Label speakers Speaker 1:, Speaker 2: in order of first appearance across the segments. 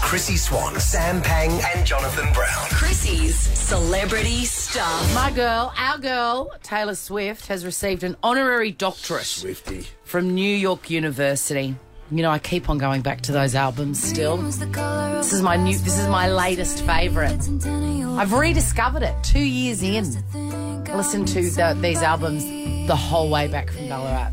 Speaker 1: Chrissy Swan, Sam Pang, and Jonathan Brown.
Speaker 2: Chrissy's celebrity stuff.
Speaker 3: My girl, our girl, Taylor Swift, has received an honorary doctorate
Speaker 1: Swifty.
Speaker 3: from New York University. You know, I keep on going back to those albums still.
Speaker 4: This
Speaker 3: This is my new. This is my latest favorite. I've rediscovered it two years in. I listened to the, these albums the whole way back from Ballarat.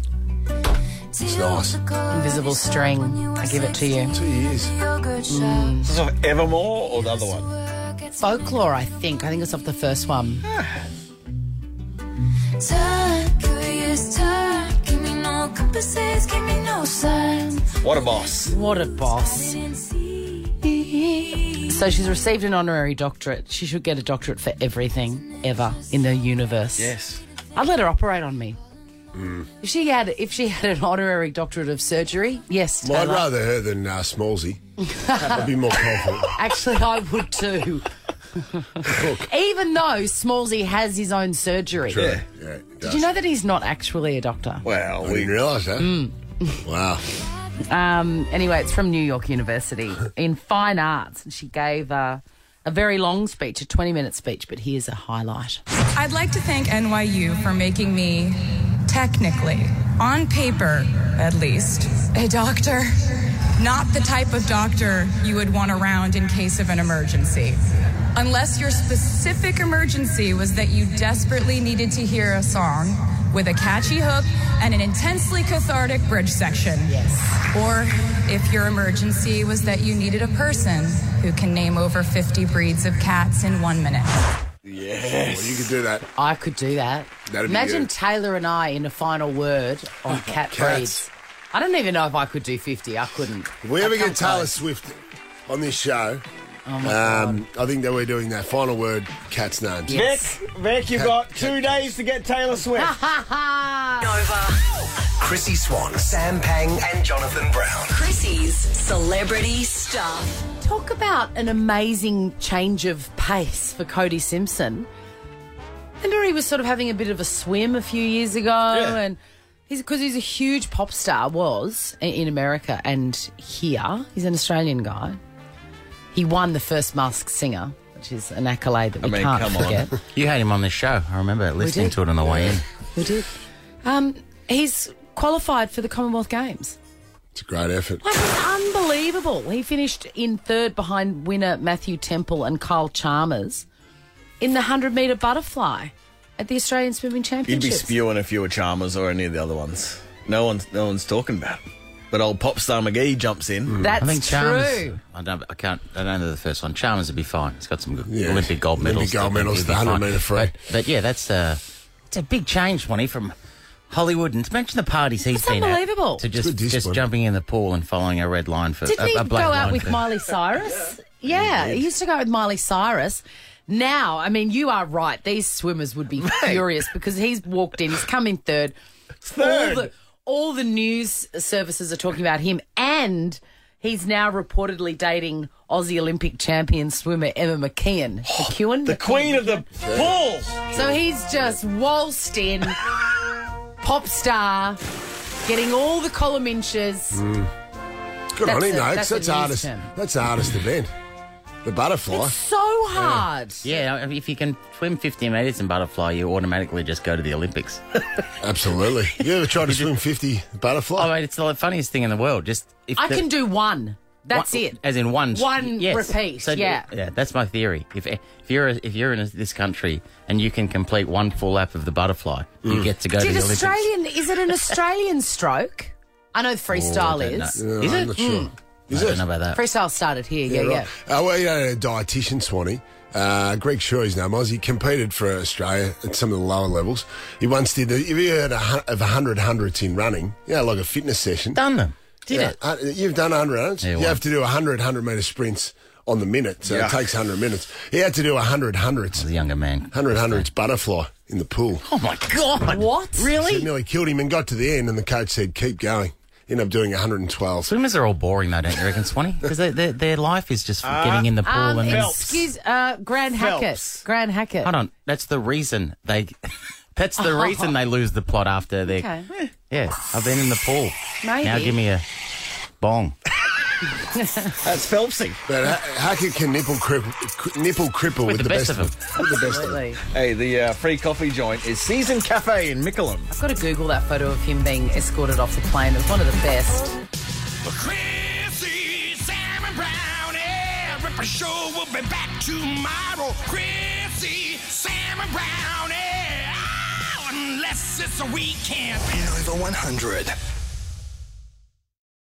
Speaker 4: It's
Speaker 1: nice.
Speaker 3: Invisible String. I give it to you.
Speaker 1: Two years.
Speaker 5: Is this Evermore or the other one?
Speaker 3: Folklore, I think. I think it's off the first one.
Speaker 4: Time, curious time. Give me no compasses, give me no signs.
Speaker 5: What a boss.
Speaker 3: What a boss.
Speaker 4: Didn't see.
Speaker 3: So she's received an honorary doctorate. She should get a doctorate for everything ever in the universe.
Speaker 5: Yes. Mm.
Speaker 3: I'd let her operate on me. If she had, if she had an honorary doctorate of surgery, yes,
Speaker 6: Well, I'd
Speaker 3: Taylor.
Speaker 6: rather her than uh, Smallsy. I'd be more confident.
Speaker 3: Actually, I would too. Even though Smallsy has his own surgery,
Speaker 5: Yeah.
Speaker 6: Yeah,
Speaker 3: did you know that he's not actually a doctor?
Speaker 5: Well,
Speaker 6: I
Speaker 5: we
Speaker 6: didn't realise that.
Speaker 7: Mm.
Speaker 6: Wow.
Speaker 3: Um, anyway, it's from New York University in fine arts, and she gave uh, a very long speech, a twenty-minute speech. But here's a highlight.
Speaker 8: I'd like to thank NYU for making me, technically, on paper at least, a doctor. Not the type of doctor you would want around in case of an emergency. Unless your specific emergency was that you desperately needed to hear a song with a catchy hook and an intensely cathartic bridge section.
Speaker 3: Yes.
Speaker 8: Or if your emergency was that you needed a person who can name over 50 breeds of cats in one minute.
Speaker 6: Well, you could do that.
Speaker 3: I could do that.
Speaker 6: That'd be
Speaker 3: Imagine
Speaker 6: you.
Speaker 3: Taylor and I in a final word on cat breeds. I don't even know if I could do fifty. I couldn't.
Speaker 6: If we ever
Speaker 3: I come
Speaker 6: get Taylor
Speaker 3: close.
Speaker 6: Swift on this show,
Speaker 3: Oh my God.
Speaker 6: um, I think that we're doing that final word cat's names.
Speaker 3: Yeah. Yes.
Speaker 5: Vic, Vic, you've got two days to get Taylor Swift.
Speaker 3: Ha ha.
Speaker 2: Nova.
Speaker 1: Chrissy Swan, Sam Pang, and Jonathan Brown.
Speaker 2: Chrissy's celebrity stuff.
Speaker 3: Talk about an amazing change of pace for Cody Simpson. Remember, he was sort of having a bit of a swim a few years ago,
Speaker 5: Yeah.
Speaker 3: and he's because he's a huge pop star, was i- in America and here. He's an Australian guy. He won the first Masked Singer, which is an accolade that we
Speaker 5: mean,
Speaker 3: can't
Speaker 5: come on.
Speaker 3: forget.
Speaker 9: You had him on this show. I remember listening
Speaker 3: did.
Speaker 9: to it on the way in.
Speaker 3: We did. Um, he's qualified for the Commonwealth Games.
Speaker 6: It's a great effort.
Speaker 3: Like, it's unbelievable. He finished in third behind winner Matthew Temple and Kyle Chalmers in the 100 metre butterfly at the Australian Swimming
Speaker 5: You'd be
Speaker 3: Championships.
Speaker 5: spewing if you were Chalmers or any of the other ones. No one's, no one's talking about him. But old pop star McGee jumps in.
Speaker 3: That's
Speaker 9: I think Chalmers.
Speaker 3: true.
Speaker 9: I don't. I can't. I don't know the first one. Chalmers would be fine. He's got some good
Speaker 6: Yeah.
Speaker 9: Olympic gold
Speaker 6: Olympic
Speaker 9: medals.
Speaker 6: gold medals,
Speaker 9: He'd
Speaker 6: the
Speaker 9: be
Speaker 6: 100
Speaker 9: fine.
Speaker 6: metre free.
Speaker 9: But, but yeah, that's uh, it's a big change, Money, from Hollywood. And imagine the parties he's
Speaker 3: That's
Speaker 9: been at.
Speaker 3: unbelievable.
Speaker 9: To
Speaker 6: It's
Speaker 9: just
Speaker 6: good
Speaker 9: just
Speaker 6: discipline.
Speaker 9: jumping in the pool and following a red line for
Speaker 3: Didn't
Speaker 9: a,
Speaker 3: he
Speaker 9: a
Speaker 3: go
Speaker 9: black
Speaker 3: out
Speaker 9: line
Speaker 3: with
Speaker 9: for-
Speaker 3: Miley Cyrus? yeah, he used to go out with Miley Cyrus. Now, I mean, you are right. These swimmers would be furious because he's walked in, he's come in third. All the, all the news services are talking about him, and he's now reportedly dating Aussie Olympic champion swimmer Emma McKeon. McKeon?
Speaker 5: Oh, The queen of the pool.
Speaker 3: So he's just waltzed in, pop star, getting all the column inches.
Speaker 6: Good on
Speaker 3: That's
Speaker 6: him,
Speaker 3: a-
Speaker 6: Noakes.
Speaker 3: that's
Speaker 6: That's,
Speaker 3: a news
Speaker 6: hardest.
Speaker 3: term.
Speaker 6: That's the hardest event. The butterfly.
Speaker 3: So hard.
Speaker 9: Yeah, I mean, if you can swim 50 metres in butterfly, you automatically just go to the Olympics.
Speaker 6: Absolutely. You ever tried to swim 50 butterfly?
Speaker 9: I
Speaker 3: Oh,
Speaker 9: mean, it's the funniest thing in the world. Just if
Speaker 3: I
Speaker 9: the-
Speaker 3: can do one. That's
Speaker 9: One-
Speaker 3: it.
Speaker 9: As in one,
Speaker 3: One
Speaker 9: yes.
Speaker 3: repeat,
Speaker 9: So,
Speaker 3: yeah.
Speaker 9: yeah. That's my theory. If if you're if you're in this country and you can complete one full lap of the butterfly, you get to go to
Speaker 3: Did
Speaker 9: the Olympics.
Speaker 3: Australian? Is it an Australian stroke? I know freestyle
Speaker 9: Oh, I don't
Speaker 3: is. Hmm.
Speaker 9: know.
Speaker 6: Yeah,
Speaker 9: Is
Speaker 6: I'm
Speaker 9: it? Hmm.
Speaker 6: not sure. Is
Speaker 9: I
Speaker 6: it?
Speaker 9: don't know about that.
Speaker 3: Freestyle started here. Yeah, yeah.
Speaker 6: Right. Uh, well, you know, a dietitian, Swanee. Uh, Greg Shaw, his name was. He competed for Australia at some of the lower levels. He once did, the, have you heard a hun- of 100 hundreds in running? Yeah, like a fitness session.
Speaker 9: Done them. Did
Speaker 6: Yeah,
Speaker 9: it?
Speaker 6: uh, you've done 100 hundreds.
Speaker 9: Yeah,
Speaker 6: you
Speaker 9: well.
Speaker 6: have to do 100 100 metre sprints on the minute, so
Speaker 5: Yeah.
Speaker 6: it takes 100 minutes. He had to do 100 hundreds.
Speaker 9: The younger man.
Speaker 6: 100 hundreds butterfly in the pool.
Speaker 9: Oh my god!
Speaker 3: What?
Speaker 6: It
Speaker 9: Really?
Speaker 6: nearly killed him and got to the end, and the coach said, keep going. Ended up doing 112.
Speaker 9: Swimmers are all boring though, don't you reckon, Swanee? Because their their life is just getting in the pool
Speaker 3: Um,
Speaker 9: and then
Speaker 5: Phelps.
Speaker 3: excuse, uh, Grand Hackett.
Speaker 5: Phelps.
Speaker 3: Grand Hackett.
Speaker 9: hold on. That's the reason they. that's the reason they lose the plot after they.
Speaker 3: Oh. Okay.
Speaker 9: Yeah, I've been in the pool.
Speaker 3: Maybe.
Speaker 9: Now give me a bong.
Speaker 5: That's Phelpsing.
Speaker 6: But Ha- Hacker can nipple cripple, cri- nipple cripple with, the, best, of them. With the best of them.
Speaker 3: Absolutely.
Speaker 5: Hey, the uh, free coffee joint is Season Cafe in Mickleham.
Speaker 3: I've got to Google that photo of him being escorted off the plane. It was one of the best.
Speaker 7: Chrissy, Sam and Brownie. Ripper Show will be back tomorrow. Chrissy, Sam and eh, Brownie. Oh, unless it's a weekend.
Speaker 1: Nova 100.